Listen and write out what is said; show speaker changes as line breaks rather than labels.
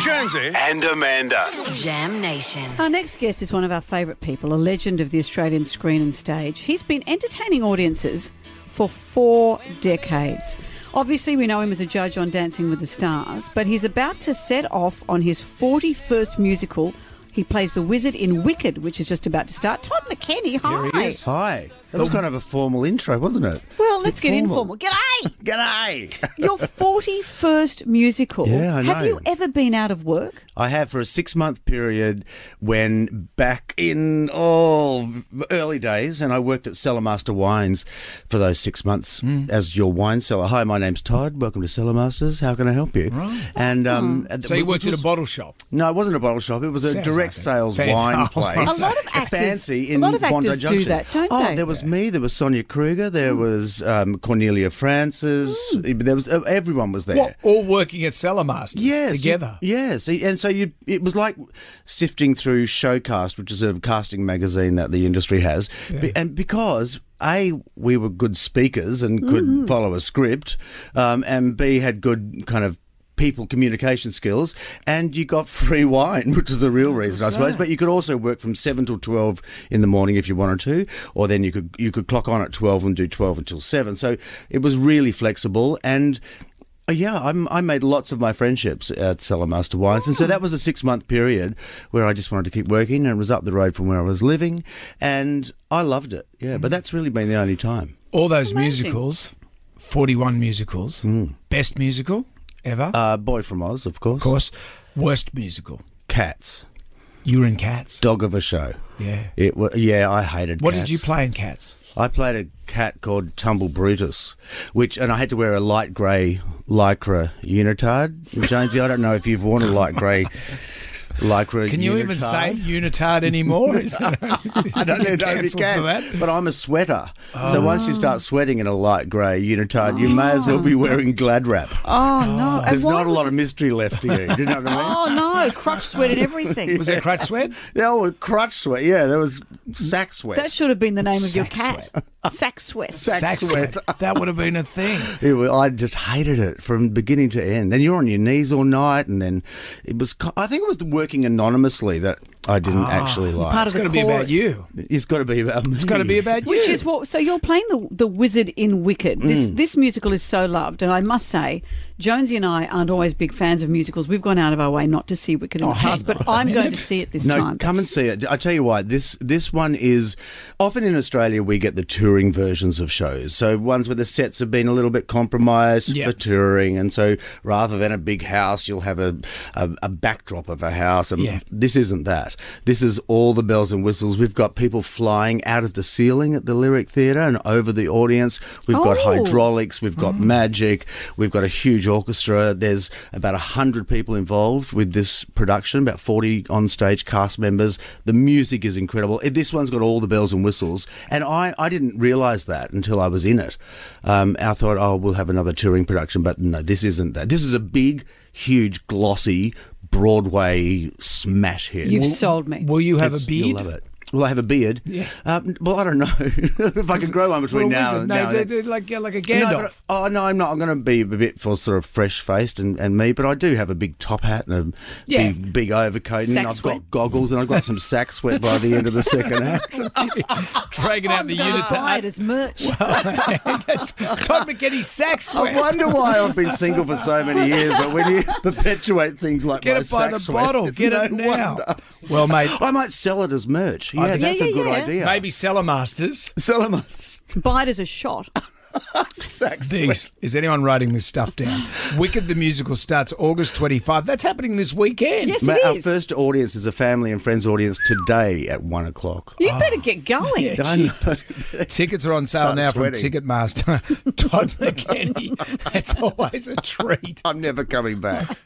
Jonesy and Amanda.
Jam Nation.
Our next guest is one of our favourite people, a legend of the Australian screen and stage. He's been entertaining audiences for four decades. Obviously, we know him as a judge on Dancing with the Stars, but he's about to set off on his 41st musical. He plays the wizard in Wicked, which is just about to start. Todd McKenny, hi.
Hi. That was kind of a formal intro, wasn't it?
Well, let's get informal.
Informal.
G'day!
G'day.
Your 41st musical.
Yeah, I
Have
know.
you ever been out of work?
I have for a six month period when back in all early days, and I worked at Cellar Master Wines for those six months
Hmm.
as your wine cellar. Hi, my name's Todd. Welcome to Cellar Masters. How can I help you? Right. And um, at the-
Ah. So you worked
it
at a
was-
bottle shop.
No, it wasn't a bottle shop. It was a
Sounds
direct
like it.
sales
Fancy.
wine
Oh,
place.
A
lot of actors-
fancy
a
in
lot of
Bondi
actors do
Junction.
that, don't
oh,
they? Hmm.
there was me. There was Sonia Kruger. There was um, Cornelia Francis. There was uh, everyone was there.
What, all working at Cellar Masters
Yes, you-
together.
yes, e, and so you it was like sifting through Showcast, which is a casting magazine that the industry has, Be- and because. A, we were good speakers and could follow a script, um, and B, had good kind of people communication skills, and you got free wine, which is the real reason, I suppose. But you could also work from seven till twelve in the morning if you wanted to, or then you could you could clock on at twelve and do twelve until seven. So it was really flexible, and uh, Yeah, I'm, I made lots of my friendships at Cellar Master Wines. And so
Hmm.
that was a six month period where I just wanted to keep working and it was up the road from where I was living. And I loved it. Yeah,
Hmm.
but that's really been the only time.
All those
Amazing.
musicals, 41 musicals. Best musical ever, of
Uh, Boy from Oz, of course.
course. Worst musical.
Cats.
You were in Cats.
Dog of a show.
Yeah.
It wa yeah, I hated
What
cats.
did you play in Cats?
I played a cat called Tumble Brutus, which, and I had to wear a light grey lycra unitard. Jonesy, I don't know if you've worn a light grey lycra
Can you even say
unitard.
unitard anymore?
I
I
don't know if you can, but I'm a sweater. So once you start sweating in a light grey unitard, you may as well be wearing glad wrap.
Oh, no. And
There's
why
not a
was
lot
it-
of mystery left to you. Do you know what I mean?
Oh, no. Crotch sweat and everything.
Was there crutch sweat?
Yeah, well, crotch sweat. Yeah, there was sack sweat.
That should have been the name of your
Sack
cat. Sack sweat.
Sack sweat.
That would have been a thing.
It wa- I just hated it from beginning to end. And you're on your knees all night, and then it was. co- I think it was the working anonymously that I didn't actually like.
Ah. part
It's
of the
got to be about
chorus.
you.
it's got to be about me.
It's got to be about you.
Which is what. So you're playing the the wizard in Wicked. This
Mm.
this musical is so loved, and I must say, Jonesy and I aren't always big fans of musicals. We've gone out of our way not to see Wicked in
Oh,
the past, but I'm going to see it this
No,
time.
come and see it. I tell you why. This this one is often in Australia we get the touring versions of shows. So ones where the sets have been a little bit compromised
Yeah.
for touring, and so rather than a big house, you'll have a a, a backdrop of a house. And
Yeah.
this isn't that. This is all the bells and whistles. We've got people flying out of the ceiling at the Lyric Theatre and over the audience. We've got
Oh.
hydraulics. We've
Mm.
got magic. We've got a huge orchestra. There's about hundred people involved with this production. About forty on-stage cast members. The music is incredible. It- This one's got all the bells and whistles, and I, I didn't realise that until I was in it. Um, I thought, oh, we'll have another touring production, but no, this isn't that. This is a big, huge, glossy Broadway smash hit.
You've sold me.
Will you have a
It's-
beard?
You'll love it. Will I have a beard?
Yeah.
Um, well, I don't know if I can grow one between
Well,
now
listen,
and
no,
now.
they're,
and then.
they're like yeah, like a
No,
Gandalf.
but- oh no, I'm not. I'm going to be a bit for sort of fresh faced and, and me, but I do have a big top hat and a
Yeah.
big, big overcoat, and
Sack
I've got
sweat.
goggles, and I've got some sack sweat by the end of the second act.
dragging out the
I'm
unitard.
tired as merch.
Todd McKenny sack sweat.
I wonder why I've been single for so many years, but when you perpetuate things like
Get
my
it by
sack
the
sweat,
bottle.
it's
Get
no
it now.
wonder.
Well, mate,
I might sell it as merch. Yeah,
think-
that's
Yeah,
a
yeah,
good
yeah.
idea.
maybe Cellar Masters.
sell them as
Bite as a shot.
sack sweat.
These, is anyone writing this stuff down? Wicked the Musical starts August 25. That's happening this weekend.
Yes,
Ma-
it
Our
is.
first audience is a family and friends audience today at one o'clock.
You better get going.
Yeah.
I know.
Tickets are on sale
Start
now from
sweating.
Ticketmaster. Todd McKenny. That's always a treat.
I'm never coming back.